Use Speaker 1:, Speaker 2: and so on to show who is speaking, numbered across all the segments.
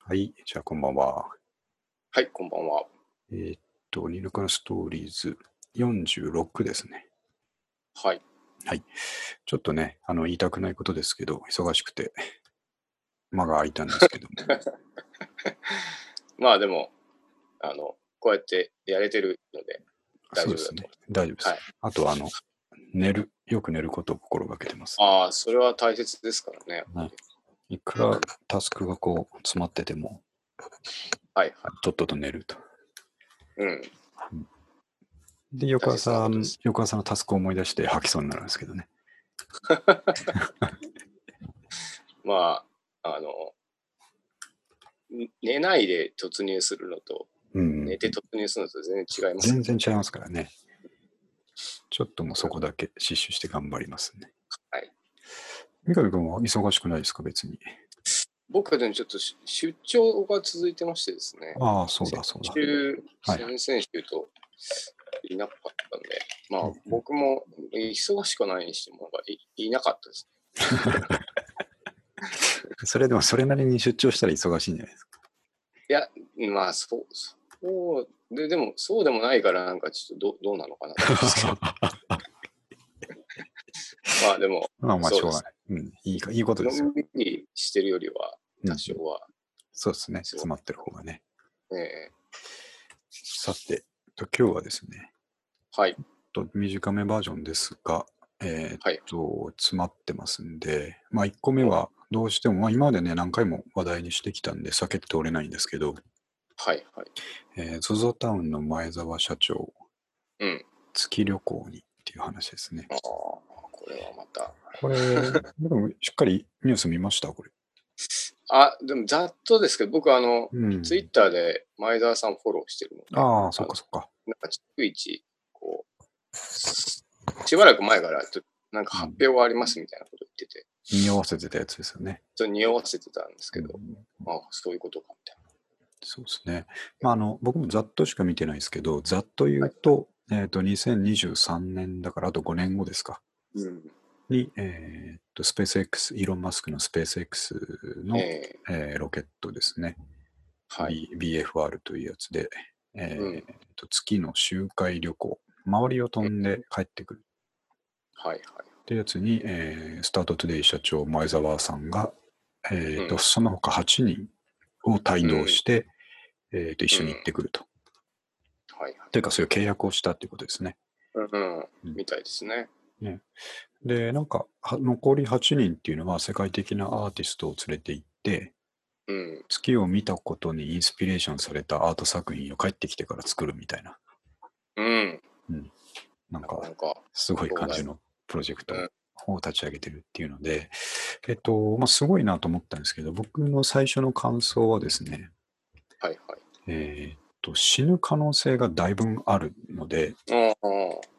Speaker 1: はい、じゃあこんばんは。
Speaker 2: はい、こんばんは。
Speaker 1: えーっと、ニルカラストーリーズ46ですね。
Speaker 2: はい。
Speaker 1: ちょっとね、あの、言いたくないことですけど、忙しくて、間が空いたんですけど も。
Speaker 2: まあでも、あの、こうやってやれてるので、大
Speaker 1: そう
Speaker 2: 丈夫だ
Speaker 1: で
Speaker 2: と
Speaker 1: すね。大丈夫です。
Speaker 2: はい
Speaker 1: あと、あの、寝る、よく寝ることを心がけてます。
Speaker 2: ああ、それは大切ですからね。
Speaker 1: はいいくらタスクがこう、詰まってても、
Speaker 2: はいは
Speaker 1: とっとと寝ると。
Speaker 2: い。うん。
Speaker 1: で、翌朝
Speaker 2: 大切なことです、
Speaker 1: 翌朝のタスクを思い出して吐きそうになるんですけどね。
Speaker 2: まあ、あの、ん寝ないで突入するのと、
Speaker 1: うん、
Speaker 2: 寝て突入するのと全然違います。
Speaker 1: 全然違いますからね。ちょっともうそこだけ死守して頑張りますね。
Speaker 2: はい。
Speaker 1: 三上君は忙しくないですか、別に。
Speaker 2: 僕はでもちょっとし出張が続いてましてですね。
Speaker 1: ああ、そうだ、そうだ
Speaker 2: 先。週、
Speaker 1: はい
Speaker 2: 先々週といなかったんで、まあ
Speaker 1: うんうん
Speaker 2: 僕も忙しくはないにしてもなんかい、いなかったです。
Speaker 1: それでも、それなりに出張したら忙しいんじゃないですか。
Speaker 2: まあ、そう、そう、ででも、そうでもないから、なんかちょっとどどうな のかなと思うんですけどまあでも、
Speaker 1: まあまあ、し
Speaker 2: そう
Speaker 1: ょう
Speaker 2: で
Speaker 1: が
Speaker 2: す
Speaker 1: ない。うん、いいか、いいことです
Speaker 2: の
Speaker 1: よ。
Speaker 2: んびりしてるよりは、
Speaker 1: うん
Speaker 2: 多少は、
Speaker 1: そうですね。
Speaker 2: そう
Speaker 1: 詰まってる方がね。
Speaker 2: え
Speaker 1: さて、と今日はですね、
Speaker 2: ーはい、
Speaker 1: ちょっと短めバージョンですが、えー
Speaker 2: は
Speaker 1: っ
Speaker 2: い
Speaker 1: と、詰まってますんで、まあ、1個目はどうしても、まあ、今までね、何回も話題にしてきたんで、避けて通れないんですけど、
Speaker 2: はい、はい。
Speaker 1: えー、ZOZO タウンの前澤社長、
Speaker 2: うん。
Speaker 1: 月旅行にっていう話ですね
Speaker 2: あ。あ、これはまた。
Speaker 1: これ、 でもしっかりニュース見ましたこれ。
Speaker 2: あ、でも、ざっとですけど、僕、あの、
Speaker 1: うん、
Speaker 2: ツイッターで前澤さんフォローしてるので、
Speaker 1: ああ、そっかそっか。
Speaker 2: なんか、逐一、こう、しばらく前から、ちょっとなんか発表がありますみたいなこと言ってて、
Speaker 1: 匂わせてたやつですよね。
Speaker 2: ちょっと匂わせてたんですけど
Speaker 1: う、ん
Speaker 2: ああ、そういうことか、みたいな。
Speaker 1: そうですね。まあ、あの僕もざっとしか見てないですけど、ざっと言うと、えっ、と、2023年だからあと5年後ですか。
Speaker 2: うん
Speaker 1: に、えっと、スペース X、イーロン・マスクのスペース X の、え
Speaker 2: ええ
Speaker 1: ーロケットですね。
Speaker 2: はい。
Speaker 1: B- BFR というやつで、えー
Speaker 2: うん
Speaker 1: と月の周回旅行、周りを飛んで帰ってくる
Speaker 2: はいはい。
Speaker 1: ってやつに、えースタートトゥデイ社長、前澤さんが、えーと
Speaker 2: うん
Speaker 1: その他8人を帯同して、えーと一緒に行ってくると。
Speaker 2: はい
Speaker 1: というか、そういう契約をしたということですね。
Speaker 2: はい。うん、
Speaker 1: うん
Speaker 2: みたいですね。
Speaker 1: で、なんか、は残り8人っていうのは世界的なアーティストを連れて行って、
Speaker 2: うん。
Speaker 1: 月を見たことにインスピレーションされたアート作品を帰ってきてから作るみたいな、
Speaker 2: うん。
Speaker 1: なんか
Speaker 2: なんか、
Speaker 1: すごい
Speaker 2: そうだ
Speaker 1: 感
Speaker 2: よ
Speaker 1: じのプロジェクト
Speaker 2: うん
Speaker 1: を立ち上げてるっていうので、えっと、まあ、すごいなと思ったんですけど、僕の最初の感想はですね、
Speaker 2: はい
Speaker 1: えーっと、死ぬ可能性がだいぶあるので、
Speaker 2: はい。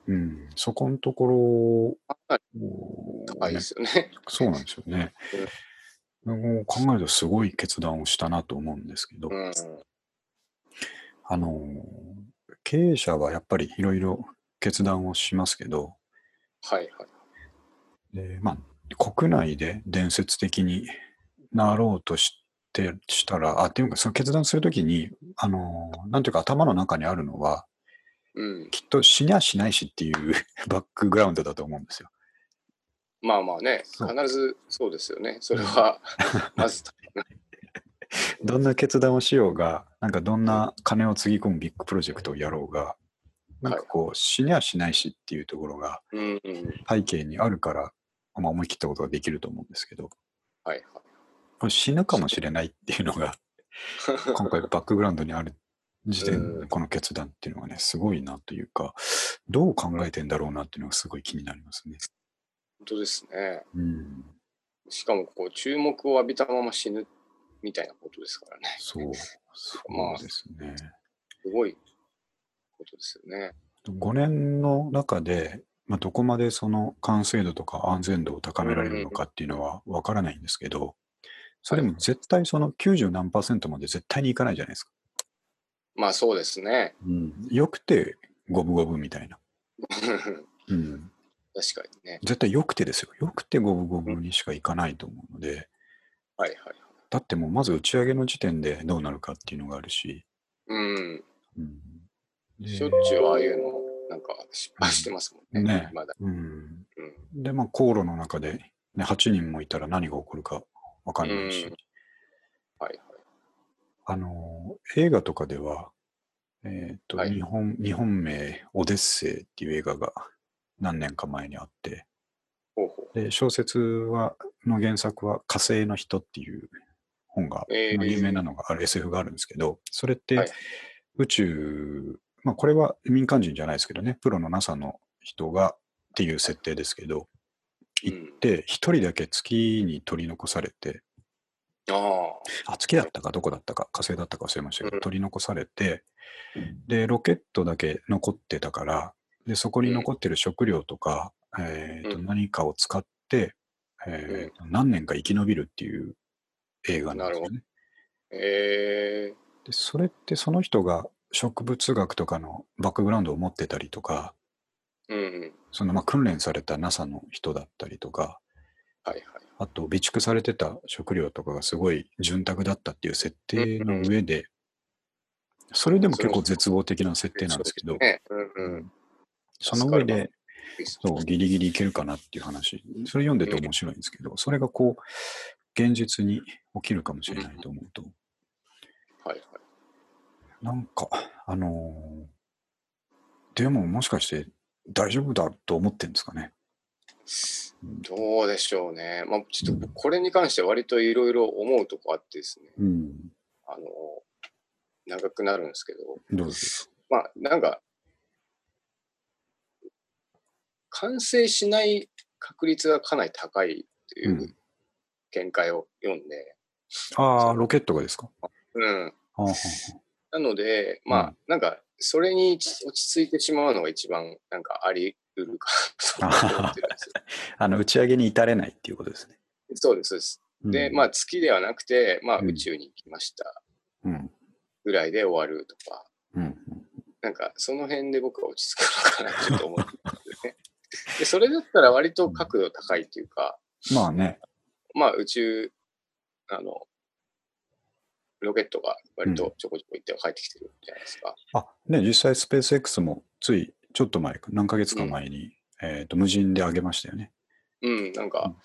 Speaker 2: うん。
Speaker 1: うん、そこのところを、
Speaker 2: かな高
Speaker 1: ね
Speaker 2: いですよね。
Speaker 1: そうなんですよね。もう考えるとすごい決断をしたなと思うんですけど、
Speaker 2: うん。
Speaker 1: あのー、経営者はやっぱりいろいろ決断をしますけど、
Speaker 2: はいはい。
Speaker 1: でまあ、国内で伝説的になろうとしてしたら、あっていうか、その決断するときに、あのーなんていうか、頭の中にあるのは、
Speaker 2: うん。
Speaker 1: きっと死にゃしないしっていう バックグラウンドだと思うんですよ。
Speaker 2: まあまあね、
Speaker 1: そう
Speaker 2: 必ずそうですよね。それは、まず、
Speaker 1: どんな決断をしようが、なんかどんな金をつぎ込むビッグプロジェクトをやろうが、なんかこう、死にゃしないしっていうところが
Speaker 2: うんうん。
Speaker 1: 背景にあるから、まあ、思い切ったことができると思うんですけど、
Speaker 2: はい はい。
Speaker 1: これ死ぬかもしれないっていうのが今回バックグラウンドにある時点
Speaker 2: う
Speaker 1: で
Speaker 2: ん
Speaker 1: この決断っていうのがねすごいなというかどう考えてんだろうなっていうのがすごい気になりますね。
Speaker 2: 本当ですね。
Speaker 1: うん、
Speaker 2: しかも、こう、注目を浴びたまま死ぬみたいなことですからね。
Speaker 1: そうそうですね。
Speaker 2: すごいことですよね。
Speaker 1: 5年の中で、まあ、どこまでその完成度とか安全度を高められるのかっていうのはわからないんですけどそれでも絶対その90何パーセントまで絶対にいかないじゃないですか。
Speaker 2: まあそうですね。
Speaker 1: うん、よくて五分五分みたいな。
Speaker 2: 確
Speaker 1: うん、
Speaker 2: かにね。
Speaker 1: 絶対良くてですよ。良くて五分五分にしかいかないと思うので、
Speaker 2: はいはいはい。
Speaker 1: だってもうまず打ち上げの時点でどうなるかっていうのがあるし、
Speaker 2: うん。
Speaker 1: うん、で
Speaker 2: しょっちゅうああいうの、なんか失敗してますもんね。
Speaker 1: ね
Speaker 2: まだ。
Speaker 1: うん、
Speaker 2: うん。
Speaker 1: で、まあ、航路の中で、ね、8人もいたら何が起こるか分かんないし、
Speaker 2: うんはいはい。
Speaker 1: あのー映画とかでは、えーと
Speaker 2: はい
Speaker 1: 日本日本名「オデッセイ」っていう映画が何年か前にあって
Speaker 2: ほうほ
Speaker 1: で小説はの原作は「火星の人」っていう本が、
Speaker 2: えー
Speaker 1: 有名なのがある SF があるんですけどそれっ
Speaker 2: はい
Speaker 1: て宇宙、まあ、これは民間人じゃないですけどねプロの NASA の人がっていう設定ですけど
Speaker 2: う。うん。
Speaker 1: で一人だけ月に取り残されて
Speaker 2: ああ。
Speaker 1: あ月だったかどこだったか火星だったか忘れましたけど、
Speaker 2: うん
Speaker 1: 取り残されてでロケットだけ残ってたからでそこに残ってる食料とか、えーと
Speaker 2: うん
Speaker 1: 何かを使って、えーと何年か生き延びるっていう映画なんですよね。
Speaker 2: ええ
Speaker 1: でそれってその人が植物学とかのバックグラウンドを持ってたりとか
Speaker 2: うん。
Speaker 1: そのまあ訓練された NASA の人だったりとか
Speaker 2: はいはい。
Speaker 1: あと備蓄されてた食料とかがすごい潤沢だったっていう設定の上で、それでも結構絶望的な設定なんですけど、
Speaker 2: ね。うんうん。
Speaker 1: その上で
Speaker 2: びっくりした
Speaker 1: そうギリギリいけるかなっていう話、それ読んでて面白いんですけど、それがこう、現実に起きるかもしれないと思うと、
Speaker 2: はいはい。
Speaker 1: なんか、あのーでももしかして大丈夫だと思ってるんですかね。
Speaker 2: どうでしょうね。まあ、ちょっとこれに関しては割といろいろ思うとこあってですね。
Speaker 1: うん、
Speaker 2: あの、長くなるんですけど、
Speaker 1: どうです
Speaker 2: まあ、なんか、完成しない確率がかなり高いってい
Speaker 1: うん
Speaker 2: う見解を読んで、
Speaker 1: ああ、ロケットがですか。
Speaker 2: うん。
Speaker 1: あーはん
Speaker 2: なので、ま
Speaker 1: う
Speaker 2: あ、なんか、それにち落ち着いてしまうのが一番、なんか、あり得 るかと思ってるんですよ。
Speaker 1: あの打ち上げに至れないっていうことですね。
Speaker 2: そうです、そうです。で、
Speaker 1: うん
Speaker 2: まあ、、月ではなくて、まあ、
Speaker 1: うん
Speaker 2: 宇宙に行きました
Speaker 1: うん
Speaker 2: ぐらいで終わるとか、
Speaker 1: うん
Speaker 2: なんか、その辺で僕は落ち着くのかな、ちょっと思ってま すよね。で、それだったら割と角度高いっていうか、
Speaker 1: まあね、
Speaker 2: まあ、宇宙、あの、ロケットが割とちょこちょこ行って帰ってきてるじゃないですか。
Speaker 1: あね実際スペース X もついちょっと前か、何ヶ月か前に、えー、と無人で上げましたよね。
Speaker 2: うん、なん
Speaker 1: う
Speaker 2: か
Speaker 1: ん、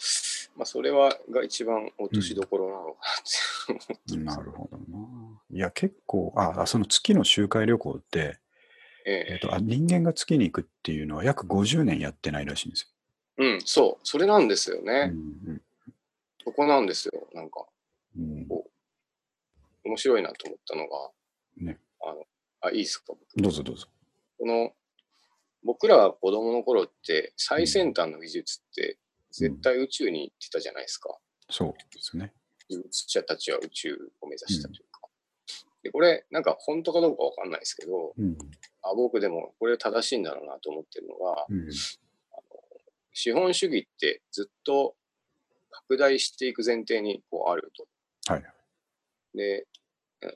Speaker 2: まあ、それはが一番落としどころなのかなって思ってま
Speaker 1: な
Speaker 2: す。
Speaker 1: るほどな。いや、結構、あ、あその月の周回旅行って、え
Speaker 2: え
Speaker 1: ーとあ、人間が月に行くっていうのは約50年やってないらしいんです
Speaker 2: え うん、そう、それなんですよ
Speaker 1: よ。
Speaker 2: ね。
Speaker 1: うん
Speaker 2: そこなんですよ。なんか、
Speaker 1: うんうん
Speaker 2: 面白いなと思ったのが、
Speaker 1: ね
Speaker 2: あのあいいですか、僕
Speaker 1: どうぞどうぞ。
Speaker 2: この、僕らが子供の頃って、最先端の技術って、絶対宇宙に行ってたじゃないですか。
Speaker 1: そうですね。
Speaker 2: 技術者たちは宇宙を目指したというか。で、これ、なんか本当かどうかわかんないですけど、
Speaker 1: うん
Speaker 2: あ、僕でもこれ正しいんだろうなと思ってるのが、
Speaker 1: うん
Speaker 2: 資本主義ってずっと拡大していく前提にこうあると。
Speaker 1: はい
Speaker 2: で、あの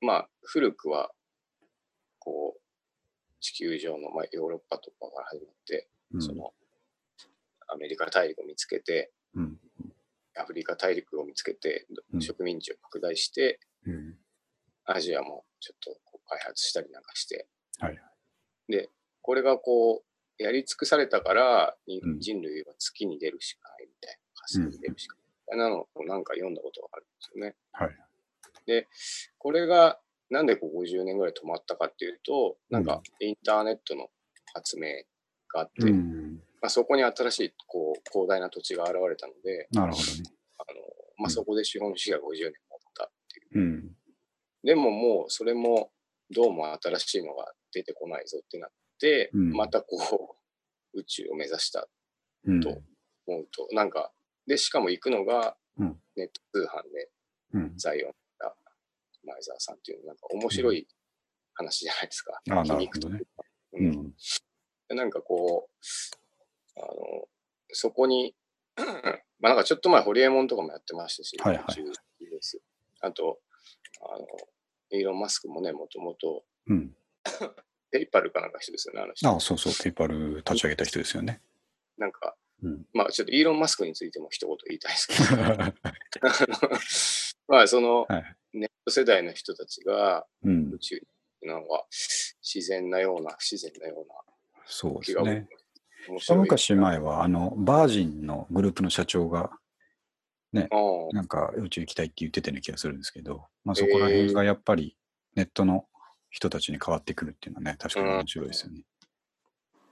Speaker 2: まあ、古くはこう地球上の、まあ、ヨーロッパとかから始まって、
Speaker 1: うん
Speaker 2: そのアメリカ大陸を見つけて、
Speaker 1: うん
Speaker 2: アフリカ大陸を見つけて
Speaker 1: う、ん
Speaker 2: 植民地を拡大して、
Speaker 1: うん
Speaker 2: アジアもちょっとこう開発したりなんかして、
Speaker 1: はい
Speaker 2: でこれがこうやり尽くされたからに
Speaker 1: うん
Speaker 2: 人類は月に出るしかないみたいな火星に出るしかないみたいなのをなんか読んだことがあるんですよね。
Speaker 1: はい
Speaker 2: でこれがなんでこう50年ぐらい止まったかっていうとなんかインターネットの発明があって、
Speaker 1: うん
Speaker 2: まあ、そこに新しいこう広大な土地が現れたので
Speaker 1: なるほどね。
Speaker 2: あの、まあ、そこで資本主義が50年持ったっていう。
Speaker 1: うん
Speaker 2: でももうそれもどうも新しいのが出てこないぞってなって、
Speaker 1: うん
Speaker 2: またこう宇 宙を目指した
Speaker 1: うん
Speaker 2: と思うとなんかでしかも行くのが
Speaker 1: うん
Speaker 2: ネット通販で
Speaker 1: うん
Speaker 2: ザイオンが前澤さんっていうなんか面白い話じゃないですか。
Speaker 1: あな
Speaker 2: 皮
Speaker 1: る
Speaker 2: 肉
Speaker 1: ほ
Speaker 2: と
Speaker 1: ど
Speaker 2: いう
Speaker 1: ね。
Speaker 2: か
Speaker 1: う
Speaker 2: うん
Speaker 1: ん
Speaker 2: でなんかこうあのそこに まあなんかちょっと前ホリエモンとかもやってましたし、
Speaker 1: はいはい
Speaker 2: 宇宙ですあとあのイーロン・マスクもねもともと
Speaker 1: うん、
Speaker 2: ペイパルかなんか人ですよね、あの人。
Speaker 1: あそうそう、ペイパル立ち上げた人ですよね。
Speaker 2: なんか、
Speaker 1: うん
Speaker 2: まあちょっとイーロン・マスクについても一言言いたいですけど、あの まあその
Speaker 1: はい
Speaker 2: ネット世代の人たちが
Speaker 1: うん
Speaker 2: 宇、宙に行くのは自然なような、不自然なような
Speaker 1: そうで
Speaker 2: 気
Speaker 1: す
Speaker 2: が、
Speaker 1: ね。
Speaker 2: 面
Speaker 1: 一
Speaker 2: 白い。
Speaker 1: 昔前は、あの、バージンのグループの社長が、
Speaker 2: うん
Speaker 1: なんか宇宙行きたいって言ってたような気がするんですけど、まあそこら辺がやっぱりネットの人たちに変わってくるっていうのはね、確かに面白いですよね。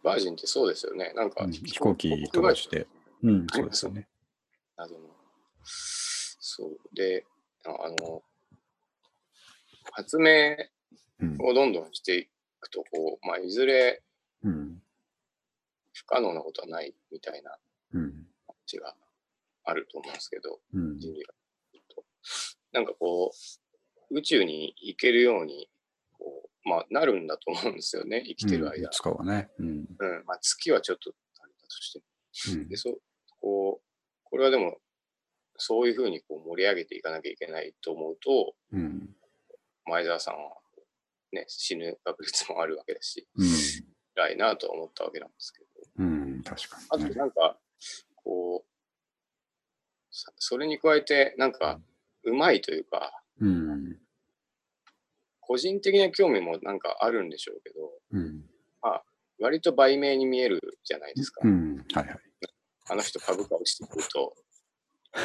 Speaker 2: バージンってそうですよね。なんか、
Speaker 1: うん飛行機飛ばして。うん、そうですよね。
Speaker 2: などの。そう。で、ああの、発明
Speaker 1: うん。
Speaker 2: をどんどんしていくと、こう、まあ、いずれ
Speaker 1: うん。
Speaker 2: 不可能なことはないみたいな
Speaker 1: うん。
Speaker 2: 感じがあると思うんですけど、
Speaker 1: うん。
Speaker 2: 人類がずっと。なんかこう、宇宙に行けるように、こう、まあ、なるんだと思うんですよね、生きてる
Speaker 1: うんい
Speaker 2: 間。
Speaker 1: つかはね。うん。
Speaker 2: うん、まあ、月はちょっとあれだとしても
Speaker 1: うん
Speaker 2: で、そう、こう、これはでも、そういうふうにこう盛り上げていかなきゃいけないと思うと、
Speaker 1: うん。
Speaker 2: 前澤さんは、ね、死ぬ確率もあるわけだし、
Speaker 1: うん。
Speaker 2: 辛いなとは思ったわけなんですけど、
Speaker 1: うん。確か
Speaker 2: あ
Speaker 1: に、
Speaker 2: と
Speaker 1: ね。
Speaker 2: なんか、こう、さそれに加えて、なんか、うまいというか、
Speaker 1: うん。
Speaker 2: 個人的な興味もなんかあるんでしょうけど、
Speaker 1: うん。
Speaker 2: 割と売名に見えるじゃないですか。
Speaker 1: うん。はいはい。
Speaker 2: あの人株価落ちてくると、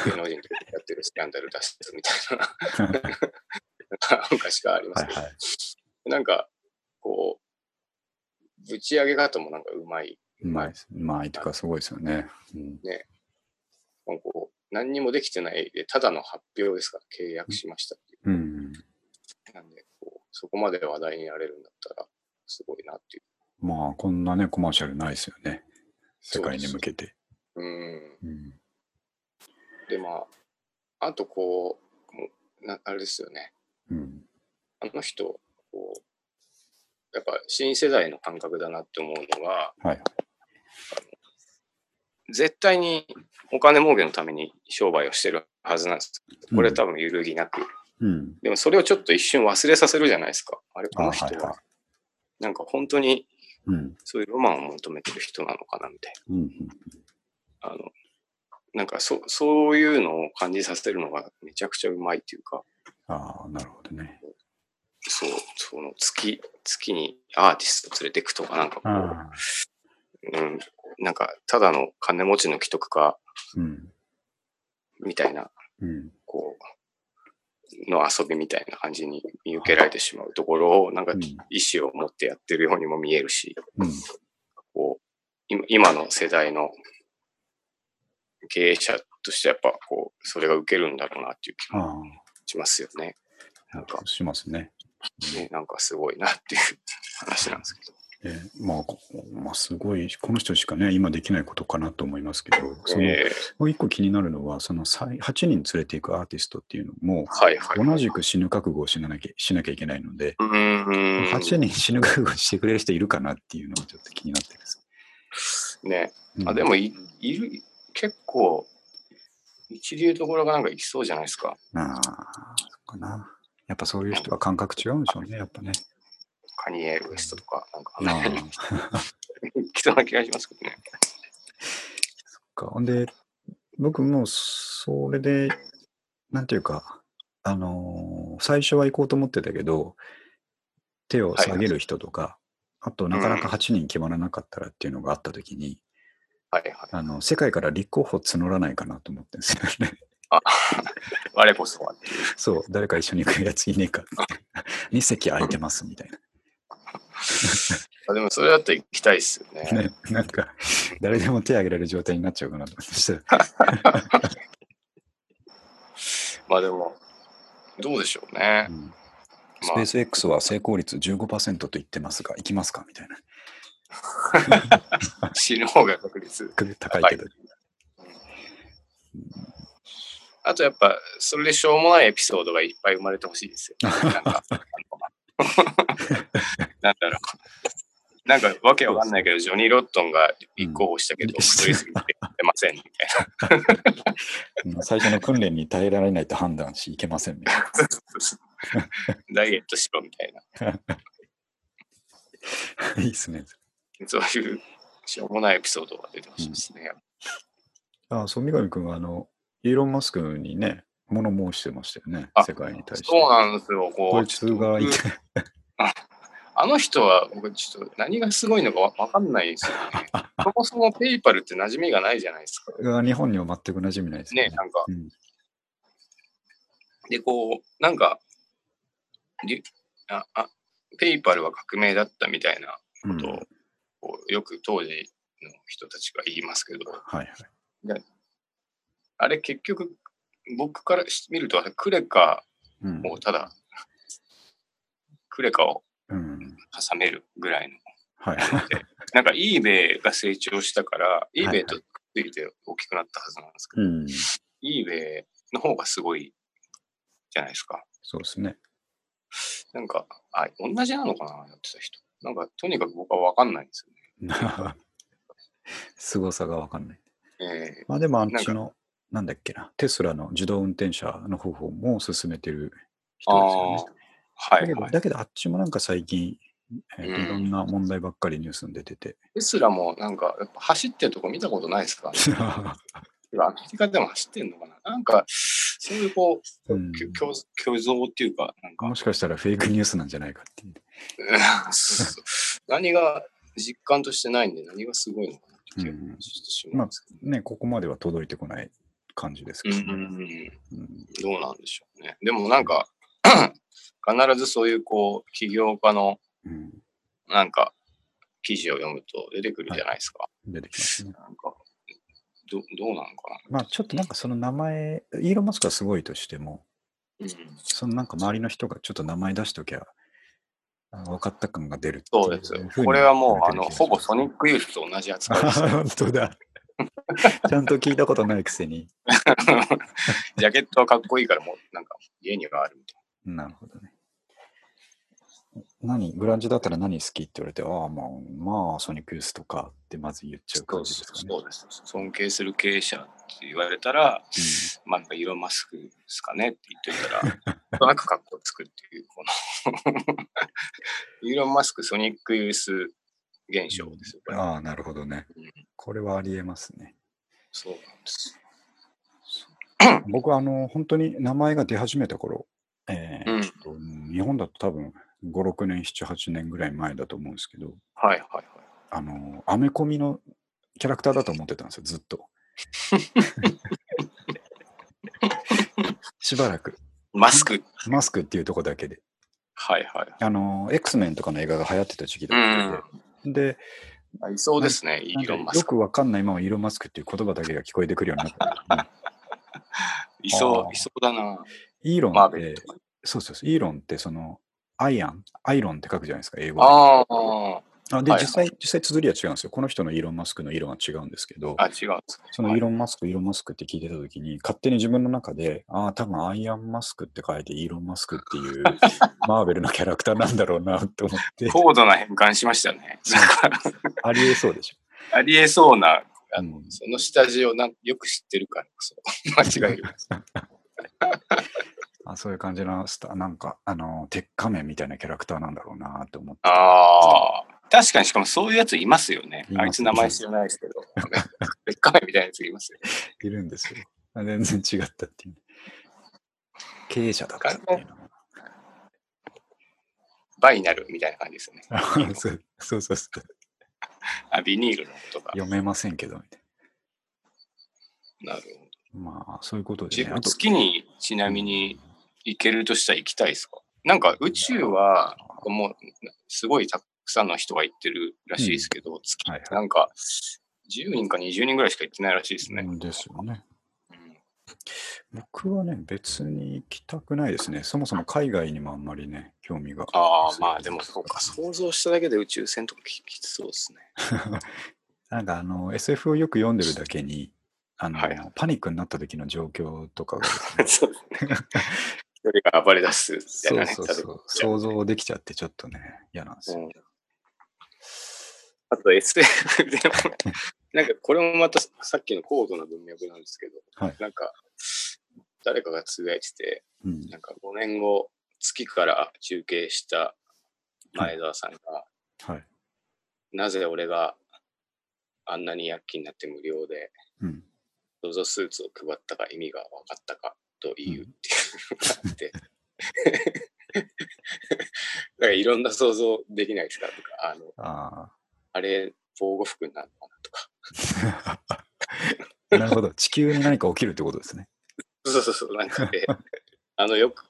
Speaker 2: 芸能人とやってるスキャンダル出すみたいな。
Speaker 1: はい
Speaker 2: 昔からありますけど、
Speaker 1: はい。
Speaker 2: なんかこうぶち上げ方もなんかうまい、
Speaker 1: うまいです。うまいとかすごいですよね。うん。
Speaker 2: なんかこう何にもできてないでただの発表ですから契約しましたっていう
Speaker 1: うん。
Speaker 2: なんでこうそこまで話題になれるんだったらすごいなってい
Speaker 1: まあ、こんなね、コマーシャルないですよね。世界に向けて。
Speaker 2: ううん
Speaker 1: うん。
Speaker 2: でまああとこうもうなあれですよね
Speaker 1: うん。
Speaker 2: あの人こうやっぱ新世代の感覚だなって思うのは
Speaker 1: はい。
Speaker 2: 絶対にお金儲けのために商売をしてるはずなんですこれ多分揺るぎなく、
Speaker 1: うん。
Speaker 2: でもそれをちょっと一瞬忘れさせるじゃないですか。あれ、
Speaker 1: あ
Speaker 2: この
Speaker 1: はい
Speaker 2: 人
Speaker 1: はい
Speaker 2: は、。なんか本当に
Speaker 1: うん。
Speaker 2: そういうロマンを求めてる人なのかなみたい
Speaker 1: うん。うん
Speaker 2: な。あの、なんかそそういうのを感じさせるのがめちゃくちゃうまいっていうか、
Speaker 1: ああ、なるほどね。
Speaker 2: そう、その月、月にアーティスト連れてくとか、なんかこ
Speaker 1: ああ。
Speaker 2: う、うん、なんかただの金持ちの既得化
Speaker 1: うん。
Speaker 2: みたいな、
Speaker 1: うん。
Speaker 2: こう、の遊びみたいな感じに見受けられてしまうところを、なんか
Speaker 1: うん
Speaker 2: 意思を持ってやってるようにも見えるし、
Speaker 1: うん。
Speaker 2: こう、今今の世代の経営者としてやっぱこう、それが受けるんだろうなっていう気
Speaker 1: あ
Speaker 2: が
Speaker 1: あ。
Speaker 2: しますよね。
Speaker 1: なんかしますね。
Speaker 2: ねなんかすごいなっていう話なんですけど。
Speaker 1: えーまあ、こまあ、すごい、この人しかね、今できないことかなと思いますけど、 その、
Speaker 2: ええ
Speaker 1: もう一個気になるのは、その最8人連れていくアーティストっていうのも、
Speaker 2: はいはい。
Speaker 1: 同じく死ぬ覚悟をしなきゃしなきゃいけないので、
Speaker 2: うーん。
Speaker 1: 8人死ぬ覚悟してくれる人いるかなっていうのがちょっと気になってるんです。
Speaker 2: ね。
Speaker 1: うん
Speaker 2: あ、で、もい、いる、結構、一流ところがなんかいきそうじゃないですか。
Speaker 1: なあ、そっかな。やっぱそういう人は感覚違うんでしょうね、やっぱね。
Speaker 2: カニエ・ウエストとか、なんかあの
Speaker 1: なあ
Speaker 2: 辺にいきそうな気がしますけどね。
Speaker 1: か。ほんで、僕もそれで、なんていうか、あのー最初は行こうと思ってたけど、手を下げる人とか、あとなかなか8人決まらなかったらっていうのがあったときに、
Speaker 2: はいはい。
Speaker 1: あの、世界から立候補募らないかなと思ってんですよね。
Speaker 2: あ、我こそは。
Speaker 1: そう、誰か一緒に行くやついねえかみたいな。2席空いてますみたい
Speaker 2: あでもそれだと行きたいですよね。
Speaker 1: な。ね、 なんか、誰でも手挙げられる状態になっちゃうかなと思ってそしたら
Speaker 2: まあでも、どうでしょうね。
Speaker 1: うんス
Speaker 2: ま
Speaker 1: ペ
Speaker 2: あ
Speaker 1: ー、ス X は成功率15%と言ってますが、行きますかみたいな。
Speaker 2: 死ぬ方が確率。
Speaker 1: 高いけど。
Speaker 2: あとやっぱ、それでしょうもないエピソードがいっぱい生まれてほしいですよ、ね。なんか、あのなんだろう。なんか、わけわかんないけど、ジョニー・ロットンが立候補したけど、
Speaker 1: うん
Speaker 2: 太りすぎて出ませ んみたいな。
Speaker 1: うん最初の訓練に耐えられないと判断し、いけませんみたいな。
Speaker 2: ダイエットしろみたいな。
Speaker 1: いいですね。
Speaker 2: そういうしょうもないエピソードが出てほしいですね。
Speaker 1: ああ、そう、三上君は、あの、イーロン・マスクにね、物申してましたよね、
Speaker 2: あ
Speaker 1: 世界に対して。
Speaker 2: そうなんですよ、こ。
Speaker 1: こいうつがいて、
Speaker 2: あの人は、僕、ちょっと何がすごいのかわわかんないですよね。そもそもペイパルって馴染みがないじゃないですか。
Speaker 1: が日本には全く馴染みないですよ
Speaker 2: ね
Speaker 1: ね、。
Speaker 2: なんか。
Speaker 1: うん
Speaker 2: で、こう、なんか、りああペイパルは革命だったみたいな
Speaker 1: うん
Speaker 2: ことを、
Speaker 1: はい
Speaker 2: こうよく当時の人たちが言いますけど、
Speaker 1: はい。
Speaker 2: あれ結局、僕からし見ると、あれクレカ
Speaker 1: うん
Speaker 2: をただ、クレカを
Speaker 1: うん
Speaker 2: 挟めるぐらいの。
Speaker 1: はい。
Speaker 2: なんか eBay が成長したから、
Speaker 1: いはい
Speaker 2: eBay とついて大きくなったはずなんですけど、
Speaker 1: うん、
Speaker 2: eBay の方がすごいじゃないですか。
Speaker 1: そうですね。
Speaker 2: なんか、あ、同じなのかな、やってた人。なんか、とにかく僕は分かんないんですよ
Speaker 1: 凄さがわかんない。
Speaker 2: ね。え
Speaker 1: まあでも、あっ
Speaker 2: なん
Speaker 1: ち
Speaker 2: か
Speaker 1: の、なんだっけな、テスラの自動運転車の方法も進めてる
Speaker 2: ー、
Speaker 1: 人ですよ
Speaker 2: あ
Speaker 1: ねだけど、
Speaker 2: あ。、はい、はい。
Speaker 1: だけどあっちもなんか最近、えーと
Speaker 2: うん
Speaker 1: いろんな問題ばっかりニュースに出て て、
Speaker 2: テスラもなんか、やっぱ走ってるとこ見たことないですか、てかアメリカでも走ってんのかななんか、そういうこう、
Speaker 1: うん
Speaker 2: 虚虚虚像っていうか、なんか、
Speaker 1: もしかしたらフェイクニュースなんじゃないかっていう。
Speaker 2: そうそう何が実感としてないんで、何がすごいのかなって気がしてしまうんですけど、
Speaker 1: ね、ここまでは届いてこない感じですけ
Speaker 2: う
Speaker 1: ど
Speaker 2: ん
Speaker 1: ね。
Speaker 2: うんう
Speaker 1: う
Speaker 2: ん、
Speaker 1: ん
Speaker 2: どうなんでしょうね。でもなんか、 必ずそういうこう、起業家の
Speaker 1: うん
Speaker 2: なんか、記事を読むと出てくるじゃないですか。
Speaker 1: 出てきますね。
Speaker 2: なんか、どどうなのか
Speaker 1: ま
Speaker 2: な。
Speaker 1: あちょっとなんかその名前、イーロン・マスクはすごいとしても、
Speaker 2: うん、
Speaker 1: そのなんか周りの人がちょっと名前出しときゃ、あ分かった感が出るってい
Speaker 2: そうですよ
Speaker 1: ふ。に
Speaker 2: これはもう、あ
Speaker 1: 言わ
Speaker 2: の、
Speaker 1: れてる
Speaker 2: ほ
Speaker 1: 気が
Speaker 2: ぼ
Speaker 1: します
Speaker 2: ソニックユースと同じ扱いです。
Speaker 1: 本当だ。 ちゃんと聞いたことないくせに。
Speaker 2: ジャケットはかっこいいから、もう、なんか、家にはあるみたい
Speaker 1: なるほどね。何ブランチだったら何好きって言われて、ああ、まあ、まあ、ソニックユースとかってまず言っちゃう
Speaker 2: な。そ
Speaker 1: 感
Speaker 2: う
Speaker 1: じですかね。
Speaker 2: そうです。尊敬する経営者って言われたら、
Speaker 1: う
Speaker 2: まあ、なんか、イーロン・マスクですかねって言ってたら、 なんとなくかっこつくっていう、この、 イーロン・マスク、ソニックユース現象ですよ、こ
Speaker 1: ん
Speaker 2: れ。
Speaker 1: ああ、なるほどね
Speaker 2: うん。
Speaker 1: これはありえますね。
Speaker 2: そうなんです。
Speaker 1: 僕は、あの、本当に名前が出始めた頃、えー
Speaker 2: うん
Speaker 1: と日本だと多分5、6年、7、8年ぐらい前だと思うんですけど、
Speaker 2: はいはいはい。
Speaker 1: あの、アメコミのキャラクターだと思ってたんですよ、ずっと。 しばらく。
Speaker 2: マスク。
Speaker 1: マスクっていうとこだけで。
Speaker 2: はいはい。
Speaker 1: あの、X メンとかの映画が流行ってた時期だったので、
Speaker 2: ありそうですね、イ
Speaker 1: で、
Speaker 2: ーロ
Speaker 1: な
Speaker 2: ン・
Speaker 1: ん
Speaker 2: マ
Speaker 1: かよ
Speaker 2: スク。
Speaker 1: くわかんないままイーロン・マスクっていう言葉だけが聞こえてくるようになった。うん
Speaker 2: いそ
Speaker 1: あー
Speaker 2: う、いそうだな。
Speaker 1: イーロン
Speaker 2: マー
Speaker 1: っ
Speaker 2: ベ
Speaker 1: て
Speaker 2: ルと、か。
Speaker 1: そうそうそう、イーロンってその、アイアン、アイロンって書くじゃないですか、英語で。
Speaker 2: あー
Speaker 1: あで、
Speaker 2: はい
Speaker 1: 実際、実際、綴りは違うんですよ。この人のイーロン・マスクのイーロンは違うんですけど、
Speaker 2: あ、違うんですね
Speaker 1: そのイーロン・マスク、イーロン・マスクって聞いてたときに、勝手に自分の中で、ああ、多分アイアン・マスクって書いて、イーロン・マスクって いう、マーベルのキャラクターなんだろうなと思って、
Speaker 2: 高度な変換しまし たね。なんか
Speaker 1: ありえそうでしょ。
Speaker 2: ありえそうな、あの
Speaker 1: うん
Speaker 2: その下地をなんよく知ってるからこ そ、間違える。
Speaker 1: あそういう感じのスタ、なんか、あの、鉄仮面みたいなキャラクターなんだろうなと思って。
Speaker 2: ああ。確かに、しかもそういうやついますよね
Speaker 1: い。ます
Speaker 2: あいつ名前知らないですけど、 ベッカメみたいなやついますよね。
Speaker 1: いるんですよ。あ全然違ったっていう。経営者だったっていうの
Speaker 2: バイナルみたいな感じですよね。
Speaker 1: が そうそうそうそう。
Speaker 2: あ、ビニールのことが。
Speaker 1: 読めませんけど、みたい
Speaker 2: なるほど。
Speaker 1: な。まあ、そういうことで、
Speaker 2: 自
Speaker 1: ね。
Speaker 2: 分
Speaker 1: あと、
Speaker 2: 月にちなみに行けるとしたら行きたいですかなんか宇宙はもうすごいたくさんの人が行ってるらしいですけど、月
Speaker 1: はいはい
Speaker 2: なんか10人か20人ぐらいしか行ってないらしいですね。
Speaker 1: うんですよね。
Speaker 2: うん
Speaker 1: 僕はね、別に行きたくないですね。そもそも海外にもあんまりね、興味が。
Speaker 2: ああ、まあでもそうか、想像しただけで宇宙船とかききつそうで すね。
Speaker 1: なんかあの、SF をよく読んでるだけに、あの、
Speaker 2: はいは
Speaker 1: パニックになった時の状況とかがですね
Speaker 2: そうですね。一人が暴れ出すみ たい
Speaker 1: そ
Speaker 2: な
Speaker 1: う
Speaker 2: ね。
Speaker 1: そうそう、想像できちゃってちょっとね、嫌なんですよ。
Speaker 2: うんあと SF でも、なんかこれもまたさっきの高度な文脈なんですけど、
Speaker 1: はい
Speaker 2: なんか誰かがつぶやいてて、
Speaker 1: うん
Speaker 2: なんか5年後、月から中継した前澤さんが、
Speaker 1: はい。
Speaker 2: なぜ俺があんなに躍起になって無料で
Speaker 1: ううん。
Speaker 2: ロゾスーツを配ったか意味が分かったかと言うっていうのがあって。 だからいろんな想像できないですかとか、あの、
Speaker 1: あ
Speaker 2: あれ、防護服になるのかなとか。
Speaker 1: あ。 なるほど。地球に何か起きるってことですね。
Speaker 2: そうそうそう、なんかで、あの、よく、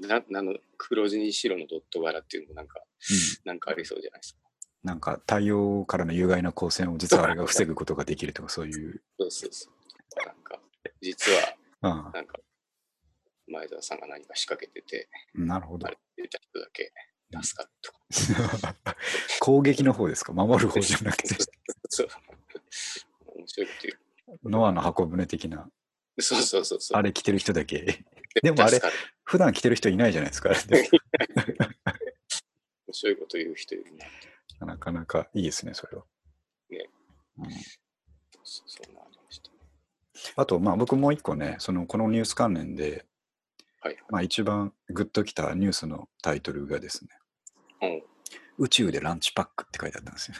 Speaker 2: な、あの、黒地に白のドット柄っていうのもなんか、
Speaker 1: う
Speaker 2: なんかありそうじゃないですか。
Speaker 1: ん。なんか太陽からの有害な光線を実はあれが防ぐことができるとかそういう。
Speaker 2: そうそうそう。なんか、実は、
Speaker 1: ああ
Speaker 2: なんか、前澤さんが何か仕掛けてて、
Speaker 1: なるほど
Speaker 2: あ。れ出た人だけ助かるとか。
Speaker 1: 攻撃の方ですか守る方じゃなくて。
Speaker 2: そう。面白いこと言
Speaker 1: ノアの箱舟的な。
Speaker 2: う。そうそうそうそう。
Speaker 1: あれ着てる人だけ。 でもあれ
Speaker 2: 助かる
Speaker 1: 普段着てる人いないじゃないですか。あれ で
Speaker 2: 面白いこと言う人いるな。
Speaker 1: もなかなかいいですね、それは。
Speaker 2: ね
Speaker 1: うん
Speaker 2: そ そんなありましたね。
Speaker 1: あと、まあ僕もう一個ね、そのこのニュース関連で、
Speaker 2: はい
Speaker 1: まあ一番グッときたニュースのタイトルがですね、
Speaker 2: はい。うん。
Speaker 1: 宇宙でランチパックって書いてあったんですよ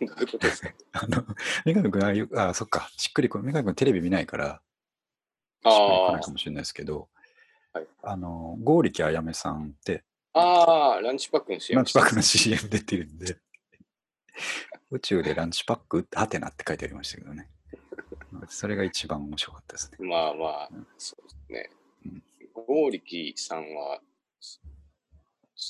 Speaker 1: ね。
Speaker 2: どういうことですか
Speaker 1: あの、メガネ君ああいう、あ、そっか、しっくりこ、メガネ君テレビ見ないから、
Speaker 2: あ
Speaker 1: しっくりこ
Speaker 2: あ
Speaker 1: ないかもしれないですけど、
Speaker 2: はい
Speaker 1: あの、剛力あやめさんって、
Speaker 2: ああ、ランチパックの CM。
Speaker 1: ランチパックの CM 出てるんで、宇宙でランチパックってハテナって書いてありましたけどね。うんそれが一番面白かったですね。
Speaker 2: まあまあ、そうですね
Speaker 1: うん。
Speaker 2: 剛力さんは、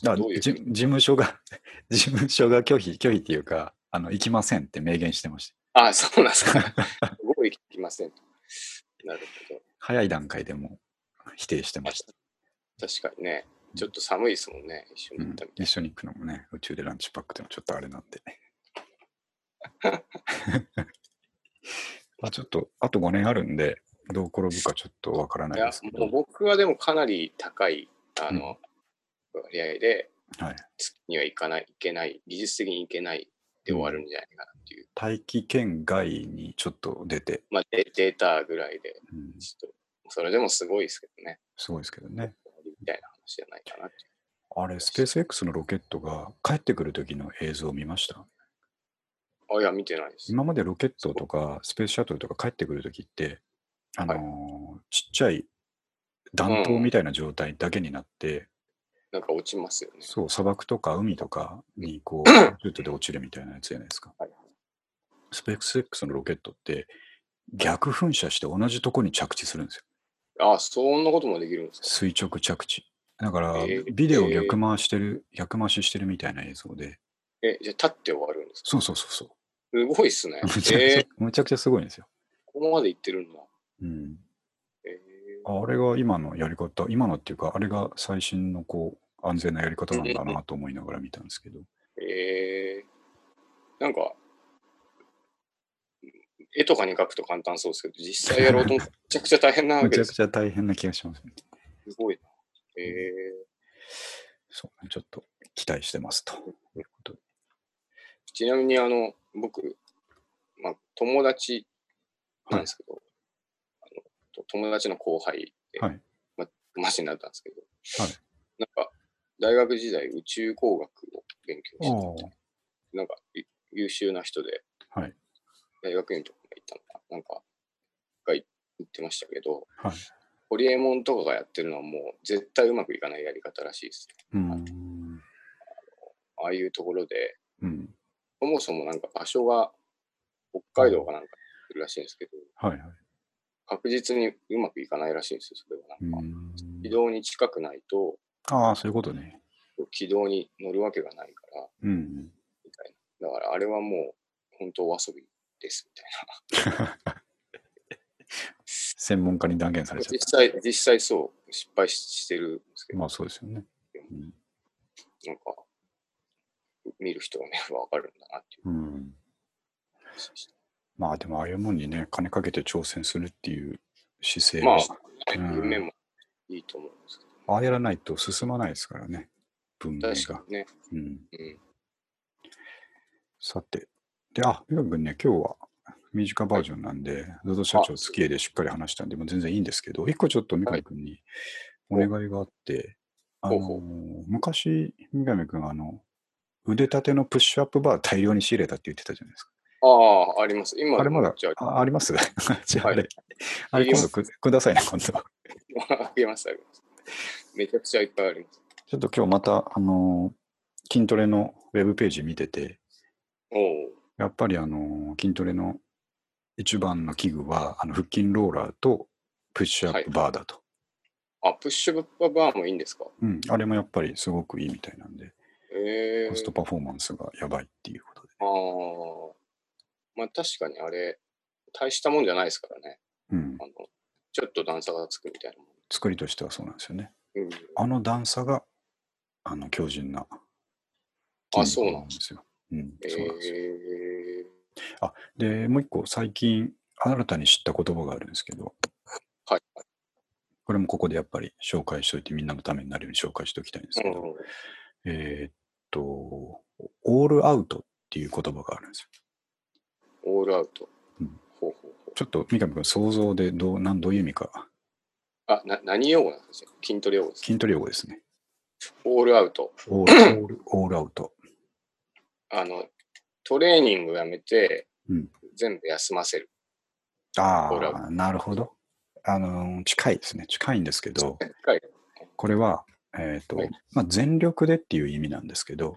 Speaker 1: だから
Speaker 2: どういう
Speaker 1: じ事務所が、 事務所が拒否、拒否っていうか、あの、行きませんって明言してました。
Speaker 2: ああ、そうなんです か。剛力来ませんと。なるほど。
Speaker 1: 早い段階でも否定して
Speaker 2: まあ
Speaker 1: ました。
Speaker 2: 確かにね、ちょっと寒いですもんね、一緒
Speaker 1: う
Speaker 2: に行っ
Speaker 1: ん
Speaker 2: たみ、たい
Speaker 1: 一緒に行くのもね、宇宙でランチパックってのはちょっとあれなん で。まあちょっと、あと5年あるんで、どう転ぶかちょっとわからな
Speaker 2: な。
Speaker 1: いです
Speaker 2: い
Speaker 1: け
Speaker 2: や、もう
Speaker 1: ど、
Speaker 2: 僕はでもかなり高い、あの、割合で、
Speaker 1: はい、
Speaker 2: 月には行かない、行けない、技術的に行けないで終わるんじゃないかなっていう。
Speaker 1: 大気圏外にちょっと出て、
Speaker 2: まあデ、データぐらいで、
Speaker 1: うん、
Speaker 2: ちょっと、それでもすごいですけどね、
Speaker 1: すごいですけどね。
Speaker 2: みたいな話じゃないかなって。
Speaker 1: あれ、スペース X のロケットが帰ってくる時の映像を見ました
Speaker 2: あ、いや、見てないです。
Speaker 1: 今までロケットとかスペースシャトルとか帰ってくるときって、あのーちっちゃい弾頭みたいな状態だけになって、
Speaker 2: なんか落ちますよね。
Speaker 1: そう、砂漠とか海とかにこ う、パラシュートで落ちるみたいなやつじゃないですか。
Speaker 2: はいはい
Speaker 1: スペース X のロケットって、逆噴射して同じとこに着地するんですよ。
Speaker 2: あ、そんなこともできるんですか。
Speaker 1: 垂直着地。だから
Speaker 2: えー、
Speaker 1: ビデオ逆回してる、逆回ししてるみたいな映像で、
Speaker 2: え、じゃあ立って終わるんですか
Speaker 1: そうそうそうそう。
Speaker 2: すごいっ すね
Speaker 1: む。ちゃくちゃ
Speaker 2: えー、、
Speaker 1: むちゃくちゃすごいんですよ。
Speaker 2: ここまで行ってるんだ。
Speaker 1: うん。
Speaker 2: えー、
Speaker 1: ああれが今のやり方、今のっていうか、あれが最新のこう安全なやり方なんだなと思いながら見たんですけど、
Speaker 2: えー、なんか、絵とかに描くと簡単そうですけど、実際やろうと思ってめちゃくちゃ大変なわ
Speaker 1: め
Speaker 2: け
Speaker 1: ち
Speaker 2: で
Speaker 1: ゃく
Speaker 2: す。
Speaker 1: ちゃ大変な気がしますね。
Speaker 2: すごいな。えー、
Speaker 1: そうね、ちょっと期待してますということで。
Speaker 2: ちなみに、あの、僕、まあ、友達なんですけど、あの友達の後輩で、
Speaker 1: はい
Speaker 2: ま、マシになったんですけど、
Speaker 1: はい
Speaker 2: なんか、大学時代宇宙工学を勉強して
Speaker 1: おー
Speaker 2: て、なんか、ゆ優秀な人で、
Speaker 1: はい
Speaker 2: 大学院とか行ったのかな、なんか、が言ってましたけど、
Speaker 1: はい
Speaker 2: ホリエモンとかがやってるのはもう絶対うまくいかないやり方らしいですね。
Speaker 1: うーん。
Speaker 2: ああいうところで、
Speaker 1: うん。
Speaker 2: そもそもなんか場所が北海道かなんかいるらしいんですけど、
Speaker 1: はいはい。
Speaker 2: 確実にうまくいかないらしいんですよ、それは
Speaker 1: うー
Speaker 2: なんか。
Speaker 1: ん
Speaker 2: 軌道に近くないと、
Speaker 1: ああ、そういうことね。
Speaker 2: 軌道に乗るわけがないから、
Speaker 1: うん。
Speaker 2: みたいな。だからあれはもう、本当お遊びです、みたい
Speaker 1: 専門家に断言され
Speaker 2: な。
Speaker 1: ちゃっ
Speaker 2: 実際、実際そう、失敗ししてるんですけ
Speaker 1: た。
Speaker 2: ど、
Speaker 1: まあそうですよね。うん
Speaker 2: なんか、見る人を見ればわかるんだなっていう
Speaker 1: うん。
Speaker 2: 感じでし
Speaker 1: まあでも、ああいうもんにね、金かけて挑戦するっていう姿勢
Speaker 2: た。
Speaker 1: は
Speaker 2: まあ、
Speaker 1: うん
Speaker 2: 夢もいいと思うんですけど、
Speaker 1: ああやらないと進まないですからね、文明
Speaker 2: 確
Speaker 1: が
Speaker 2: か。にね、
Speaker 1: うん
Speaker 2: うん
Speaker 1: さて、で、あ、メガ君ね、今日は短バージョンなんで、ゾゾ社長
Speaker 2: あ
Speaker 1: 付き合いでしっかり話したんで、もう全然いいんですけど、一個ちょっとメガネ君にお願いがあって、あの
Speaker 2: ほうほ
Speaker 1: ー昔、メガネ君、あの、腕立てのプッシュアップバー大量に仕入れたって言ってたじゃないですか。
Speaker 2: あああ、あります。今、
Speaker 1: あれまだ
Speaker 2: じゃ、あ、
Speaker 1: ああります じゃあ、あれ、
Speaker 2: はい
Speaker 1: あれ今度くくださいね、今度。
Speaker 2: あげます、あげます。めちゃくちゃいっぱいあります。
Speaker 1: ちょっと今日また、あのー筋トレのウェブページ見てて、
Speaker 2: おお。
Speaker 1: やっぱり、あのー筋トレの一番の器具は、あの腹筋ローラーとプッシュアップバーだと。
Speaker 2: あ、プッシュババーもいいんですか
Speaker 1: うん、あれもやっぱりすごくいいみたいなんで、
Speaker 2: ええ
Speaker 1: コストパフォーマンスがやばいっていうことで。
Speaker 2: ああ。まあ確かにあれ、大したもんじゃないですからね。
Speaker 1: うん
Speaker 2: あ、の、ちょっと段差がつくみたいなも
Speaker 1: 作りとしてはそうなんですよね。
Speaker 2: ん。うん。
Speaker 1: あの段差が、あの、強靭な。
Speaker 2: あそうなん
Speaker 1: ですよ。うん、
Speaker 2: え
Speaker 1: そうなんですよ。
Speaker 2: え
Speaker 1: で、もう一個、最近、新たに知った言葉があるんですけど、
Speaker 2: はい。
Speaker 1: これもここでやっぱり紹介しといて、みんなのためになるように紹介しておきたいんですけど、
Speaker 2: うん
Speaker 1: えーっと、オールアウトっていう言葉があるんですよ。
Speaker 2: オールアウト。
Speaker 1: うん
Speaker 2: ほうほうほう。
Speaker 1: ちょっと三上君、想像でどうなんどういう意味か、
Speaker 2: あ、な何用語なんですか筋トレ用語ですか
Speaker 1: 筋トレ用語ですね。
Speaker 2: オールアウト。
Speaker 1: オールオールオールアウト。
Speaker 2: あの、トレーニングやめて、
Speaker 1: うん
Speaker 2: 全部休ませる。
Speaker 1: あ
Speaker 2: オールアウ
Speaker 1: あ、なるほど。あのー近いですね。近いんですけど、
Speaker 2: はい。
Speaker 1: これは、えーと
Speaker 2: はい
Speaker 1: まあ、全力でっていう意味なんですけど、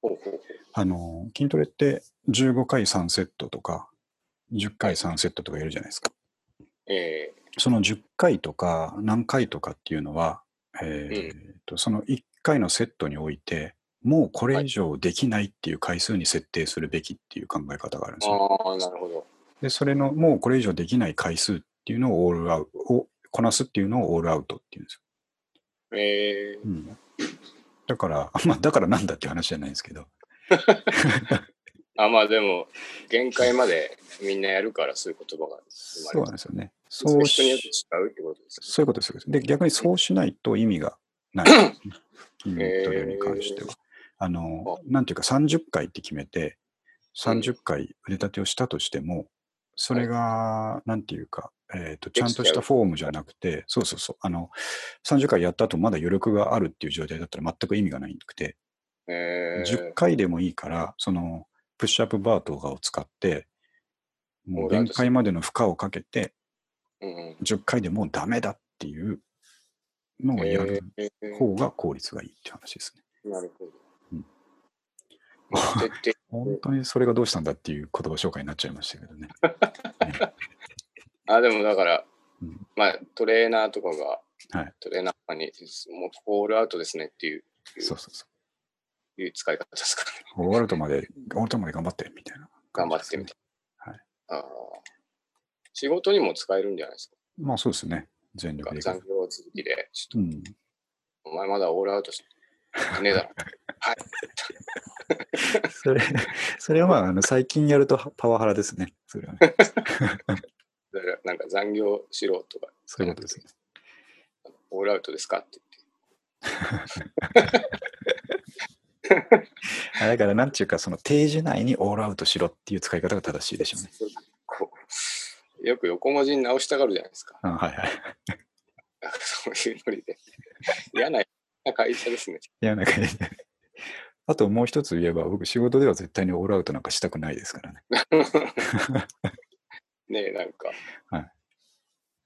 Speaker 2: ほうほうほう。
Speaker 1: あのー筋トレって15回3セットとか10回3セットとかやるじゃないですか。
Speaker 2: え
Speaker 1: その10回とか何回とかっていうのは、えーとその1回のセットにおいてもうこれ以上できないっていう回数に設定するべきっていう考え方があるんで
Speaker 2: え
Speaker 1: すよ。
Speaker 2: ああ、なるほど。
Speaker 1: で、それのもうこれ以上できない回数っていうのをオールアウトをこなすっていうのをオールアウトっていうんですよ。
Speaker 2: ええ
Speaker 1: うん、だから、 まあ、だからなんだっていう話じゃないんですけど、
Speaker 2: あ、まあでも、限界までみんなやるからそういう言葉が生
Speaker 1: そ
Speaker 2: ま
Speaker 1: う
Speaker 2: れ
Speaker 1: なん
Speaker 2: る。
Speaker 1: ですよね。
Speaker 2: そ
Speaker 1: そうう
Speaker 2: 人によって
Speaker 1: し、
Speaker 2: 違うってことです
Speaker 1: そういうことですよ。で、逆にそうしないと意味が ないんですね。筋トレに関しては。あの、なんていうか、30回って決めて、30回腕立てをしたとしても、それが、なんていうか、えっ、と、ちゃんとしたフォームじゃなくて、そうそうそう、あの、30回やった後まだ余力があるっていう状態だったら全く意味がないくて、
Speaker 2: ね。ええ
Speaker 1: 10回でもいいから、そのプッシュアップバーとかを使って、も
Speaker 2: も
Speaker 1: う
Speaker 2: うだっ
Speaker 1: 限
Speaker 2: て
Speaker 1: 界までの負荷をかけて、
Speaker 2: うん
Speaker 1: 10回でもうダメだっていうのをやる
Speaker 2: ええ
Speaker 1: 方が効率がいいって話ですね。
Speaker 2: なるほど
Speaker 1: うん。
Speaker 2: まあ徹底
Speaker 1: 本当にそれがどうしたんだっていう言葉紹介になっちゃいましたけどね。
Speaker 2: あ、でもだから
Speaker 1: うん、
Speaker 2: まあトレーナーとかが、
Speaker 1: はい
Speaker 2: トレーナーとかに、もうオールアウトですねっていう
Speaker 1: そうそうそ
Speaker 2: いう使い方ですからね。
Speaker 1: う。終わるとまで、終わるとまで頑張ってみたいな
Speaker 2: 頑
Speaker 1: 感
Speaker 2: 張
Speaker 1: じ
Speaker 2: っ
Speaker 1: です
Speaker 2: て
Speaker 1: ね、
Speaker 2: みて。ああ仕事にも使えるんじゃないですか。
Speaker 1: まあそうですね。全力でい
Speaker 2: 残
Speaker 1: く。
Speaker 2: 業続きで、ちょっ
Speaker 1: うん。
Speaker 2: とお前まだオールアウトしてねえだろ。
Speaker 1: それ、それはまあ、あの最近やるとパワハラですね。それはね。
Speaker 2: だから なんか残業しろとか、
Speaker 1: そういうことですね。
Speaker 2: オールアウトですかって
Speaker 1: あだから、なんていうか、その定時内にオールアウトしろっていう使い方が正しいでしょうね。
Speaker 2: 言って。こうよく横文字に直したがるじゃないですか。
Speaker 1: うん、はいはい。
Speaker 2: なんかそういうノ リで。嫌な会社ですね。
Speaker 1: いや、なんか、 あともう一つ言えば、僕、仕事では絶対にオールアウトなんかしたくないですからね。
Speaker 2: ねえ、なんか、
Speaker 1: はい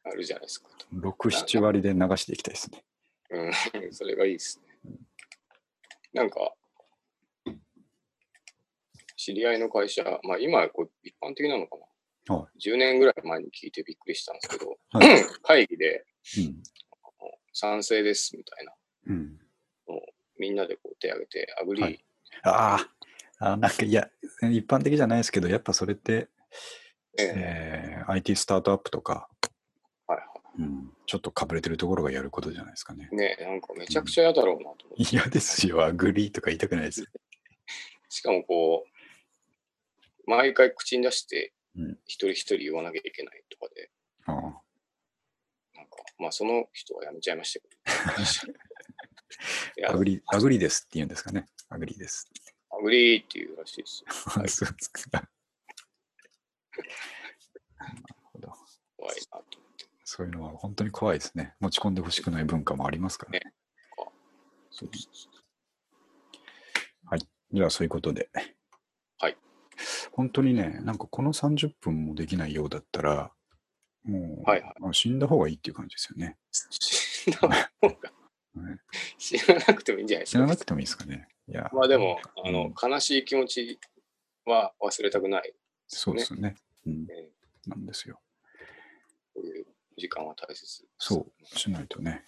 Speaker 2: あるじゃないですか。
Speaker 1: 6、7割で流していきたいですね。
Speaker 2: うん、 それがいいですね。なんか、知り合いの会社、まあ今こう一般的なのかな、
Speaker 1: は
Speaker 2: 10年ぐらい前に聞いてびっくりしたんですけど、
Speaker 1: は
Speaker 2: 会議で
Speaker 1: うん。
Speaker 2: 賛成ですみたいな、
Speaker 1: うん、
Speaker 2: みんなでこう手挙げて、アグリー、
Speaker 1: はいあーあー、なんか、いや、一般的じゃないですけど、やっぱそれって、
Speaker 2: ええ
Speaker 1: えー IT スタートアップとか、
Speaker 2: はいは
Speaker 1: うん、ちょっとかぶれてるところがやることじゃないですかね
Speaker 2: い。。ねえ、なんかめちゃくちゃ嫌だろうなと思って、
Speaker 1: 嫌ですよ、アグリーとか言いたくないです。
Speaker 2: しかもこう、毎回口に出して
Speaker 1: うん、
Speaker 2: 一人一人言わなきゃいけないとかで、
Speaker 1: あー
Speaker 2: なんか、まあその人は辞めちゃいました けど。いや
Speaker 1: アグリアグリーですって言うんですかね。アグリーです。
Speaker 2: アグリーっていうらしいですよ。はい
Speaker 1: そうですか
Speaker 2: 怖いなと思って。
Speaker 1: そういうのは本当に怖いですね。持ち込んでほしくない文化もありますからね。
Speaker 2: そうそうそう
Speaker 1: では、そういうことで。
Speaker 2: はい。
Speaker 1: 本当にね、なんかこの30分もできないようだったら、もう、
Speaker 2: はいはい
Speaker 1: まあ死んだ方がいいっていう感じですよね。
Speaker 2: 死んだ方が
Speaker 1: はい
Speaker 2: 死ななくてもいいんじゃないです
Speaker 1: 死
Speaker 2: か。
Speaker 1: ななくてもいいですかね。いや、
Speaker 2: まあでも、あ
Speaker 1: う
Speaker 2: の
Speaker 1: ん、
Speaker 2: 悲しい気持ちは忘れたくない。
Speaker 1: そうですよね。うん
Speaker 2: え
Speaker 1: なんですよ。
Speaker 2: こういう時間は大切です。
Speaker 1: そう、しないとね、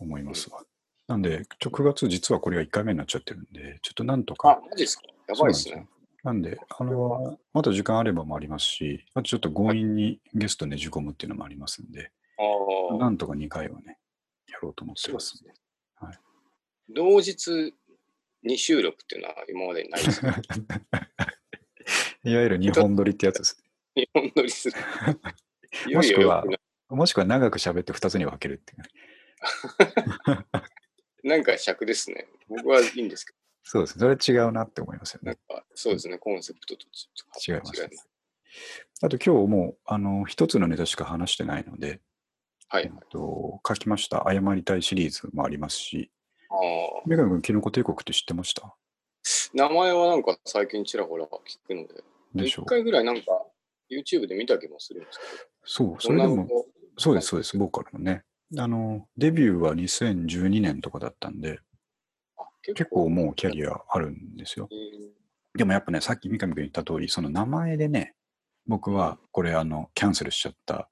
Speaker 1: 思いますわ。なんで、ちょ9月、実はこれが1回目になっちゃってるんで、ちょっとなんと
Speaker 2: あ
Speaker 1: か、、
Speaker 2: マジですかやばいですね。
Speaker 1: なんで、あの、また時間あればもありますし、あとちょっと強引にゲストねじ込むっていうのもありますんで、
Speaker 2: ああー。
Speaker 1: なんとか2回はね、やろうと思って
Speaker 2: そう
Speaker 1: ま
Speaker 2: ですすね。
Speaker 1: はい
Speaker 2: 同日に収録っていうのは今までにない ですね。
Speaker 1: いわゆる日本撮りってやつです。
Speaker 2: 日本撮りす る。い
Speaker 1: も
Speaker 2: よい
Speaker 1: し
Speaker 2: よ
Speaker 1: く
Speaker 2: よ
Speaker 1: は
Speaker 2: くな、
Speaker 1: もしくは長く喋って2つに分けるっていうね。
Speaker 2: なんか尺ですね。僕はいいんですけ
Speaker 1: そうですね。それ違うなって思いますよ
Speaker 2: ど、な
Speaker 1: ね
Speaker 2: ん。かそうですね、コンセプトとち
Speaker 1: 違
Speaker 2: ょ
Speaker 1: い
Speaker 2: っ
Speaker 1: ま
Speaker 2: と
Speaker 1: す
Speaker 2: な。
Speaker 1: あと今日もう、あの、一つのネタしか話してないので、
Speaker 2: は
Speaker 1: えっ
Speaker 2: い。
Speaker 1: と、書きました、謝りたいシリーズもありますし、
Speaker 2: ああ
Speaker 1: メガネ君、キノコ帝国って知ってました
Speaker 2: 名前はなんか最近ちらほら聞くので、
Speaker 1: でしょ
Speaker 2: 一
Speaker 1: う
Speaker 2: 回ぐらいなんか YouTube で見た気もするんです
Speaker 1: そう、
Speaker 2: け
Speaker 1: そ
Speaker 2: ど、
Speaker 1: れで
Speaker 2: 女の
Speaker 1: も、
Speaker 2: 子
Speaker 1: そうです、そうです、僕からもね。あの、デビューは2012年とかだったんで、
Speaker 2: あ
Speaker 1: 結構もうキャリアあるんですよ。
Speaker 2: えー
Speaker 1: でもやっぱね、さっき三上君言った通り、その名前でね、僕はこれ、あの、キャンセルしちゃった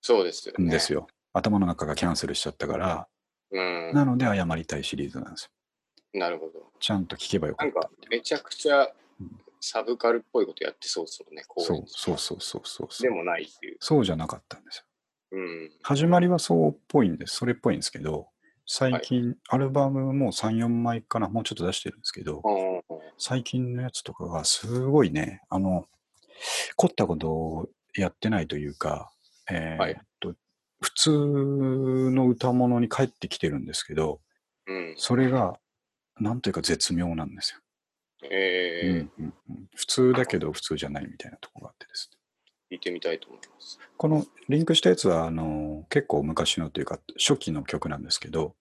Speaker 2: そうですよ、
Speaker 1: ん
Speaker 2: ね。
Speaker 1: ですよ。頭の中がキャンセルしちゃったから、
Speaker 2: うん。
Speaker 1: なので謝りたいシリーズなんですよ。
Speaker 2: なるほど。
Speaker 1: ちゃんと聞けばよか
Speaker 2: な
Speaker 1: っ
Speaker 2: ん
Speaker 1: た
Speaker 2: か。めちゃくちゃサブカルっぽいことやってそうですもんね、公
Speaker 1: そ
Speaker 2: 演
Speaker 1: うそうそうそうそうそ
Speaker 2: で
Speaker 1: う。
Speaker 2: もないっていう。
Speaker 1: そうじゃなかったんですよ。
Speaker 2: うん。
Speaker 1: 始まりはそうっぽいんです。それっぽいんですけど、最近、アルバムも3、4枚かな、もうちょっと出してるんですけど、
Speaker 2: あ
Speaker 1: 最近のやつとかがすごいね、あの、凝ったことをやってないというか、えー
Speaker 2: はい
Speaker 1: っと、普通の歌物に帰ってきてるんですけど、
Speaker 2: ーうん。
Speaker 1: それが、なんというか絶妙なんですよ。
Speaker 2: え
Speaker 1: う
Speaker 2: ー
Speaker 1: んうんうん普通だけど普通じゃないみたいなところがあってですね。
Speaker 2: 聞いてみたいと思います。
Speaker 1: このリンクしたやつはあの結構昔のというか初期の曲なんですけど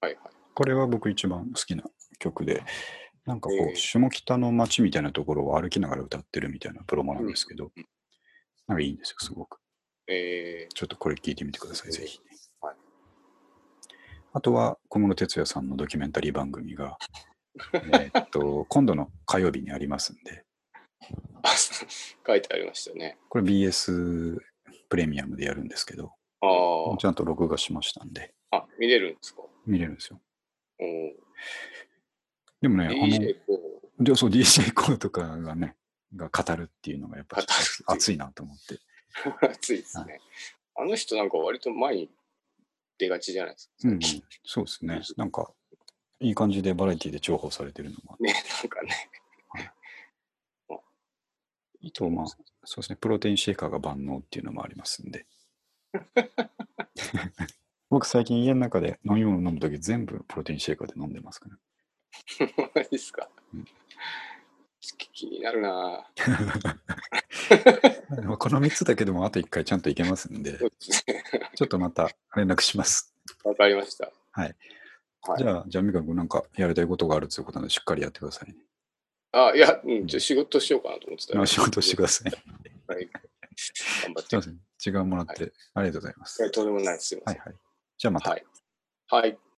Speaker 2: はいはい。
Speaker 1: これは僕一番好きな曲でなんかこう、
Speaker 2: ええ
Speaker 1: 下北の街みたいなところを歩きながら歌ってるみたいなプロモなんですけど、
Speaker 2: うん
Speaker 1: なんかいいんですよすごく
Speaker 2: え
Speaker 1: ちょっとこれ聞いてみてくださいぜひ、
Speaker 2: はい
Speaker 1: あとは小室哲哉さんのドキュメンタリー番組がえーっと 今度の火曜日にありますんで
Speaker 2: ー、あ そう書いてありましたね。
Speaker 1: これ BS プレミアムでやるんですけど
Speaker 2: あー
Speaker 1: ちゃんと録画しましたんで
Speaker 2: あ、見れるんですか
Speaker 1: 見れるんですよ
Speaker 2: おー
Speaker 1: でもね、
Speaker 2: DJ こう
Speaker 1: あの、でそう、DJ コーとかがね、が語るっていうのがやっぱ
Speaker 2: 語るっていう
Speaker 1: 熱いなと思って。
Speaker 2: 熱いですね。あの人なんか割と前に出がちじゃないですか。
Speaker 1: うんうん、そうですね。なんか、いい感じでバラエティで重宝されてるのが。
Speaker 2: ね、なんかね。
Speaker 1: あと、まあ、そうですね、プロテインシェイカーが万能っていうのもありますん で。僕、最近家の中で飲み物飲むとき全部プロテインシェイカーで飲んでますから。
Speaker 2: マジですか、
Speaker 1: うん
Speaker 2: 気になるなぁ
Speaker 1: まあこの3つだけでもあと1回ちゃんといけますんで
Speaker 2: そ、うですね。
Speaker 1: ちょっとまた連絡します。
Speaker 2: わかりました。はい
Speaker 1: じゃあ、じゃあ、みかん君なんかやりたいことがあるということなんで、しっかりやってくださいね。
Speaker 2: あ、いや、うん、ちょ仕事しようかなと思ってた。
Speaker 1: あ仕事してください。
Speaker 2: はい。頑張っ
Speaker 1: すい
Speaker 2: て。
Speaker 1: ません。時間もらって、ありがとうございま
Speaker 2: い
Speaker 1: す。
Speaker 2: やとんでもないです。すいま
Speaker 1: はい
Speaker 2: せん。
Speaker 1: はい。じゃあまた。
Speaker 2: はい。はい